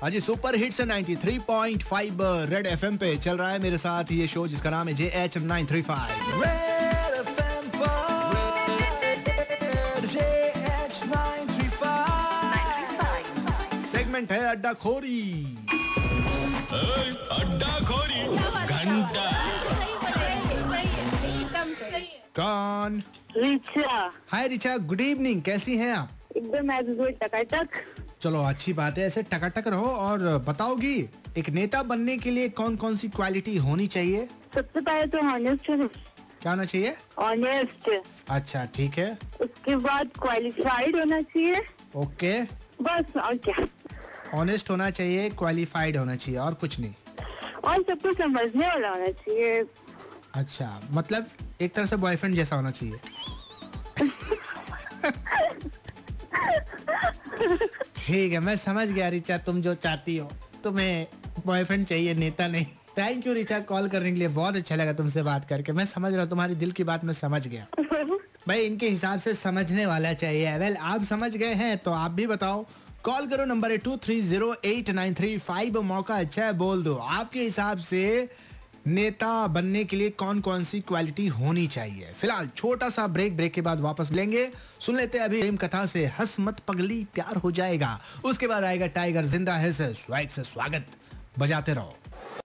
हाँ जी super hits 93.5 red FM पे चल रहा है मेरे साथ ये शो जिसका नाम है J H nine three five segment है अड्डा खोरी अड्डा खोरी घंटा कौन Richa hi Richa good evening कैसी हैं आप एकदम एज यूजुअल टकाटक चलो अच्छी बात है ऐसे टकाटक रहो और बताओगी एक नेता बनने के लिए कौन कौन सी क्वालिटी होनी चाहिए सबसे पहले तो ऑनेस्ट क्या होना चाहिए ऑनेस्ट अच्छा ठीक है उसके बाद क्वालिफाइड होना चाहिए ओके बस और क्या ऑनेस्ट होना चाहिए क्वालिफाइड होना चाहिए और कुछ नहीं और सबको समझने वाला होना चाहिए अच्छा मतलब एक तरह से बॉयफ्रेंड जैसा होना चाहिए ठीक है मैं समझ गया रिचा तुम जो चाहती हो तुम्हें बॉयफ्रेंड चाहिए नेता नहीं थैंक यू रिचा कॉल करने के लिए बहुत अच्छा लगा तुमसे बात करके मैं समझ रहा हूँ तुम्हारी दिल की बात मैं समझ गया भाई इनके हिसाब से समझने वाला चाहिए वेल आप समझ गए हैं तो आप भी बताओ कॉल करो नंबर है two three zero eight nine three five मौका अच्छा है बोल दो आपके हिसाब से नेता बनने के लिए कौन कौन सी क्वालिटी होनी चाहिए फिलहाल छोटा सा ब्रेक ब्रेक के बाद वापस लेंगे सुन लेते हैं अभी प्रेम कथा से हंस मत पगली प्यार हो जाएगा उसके बाद आएगा टाइगर जिंदा है से स्वागत से स्वागत बजाते रहो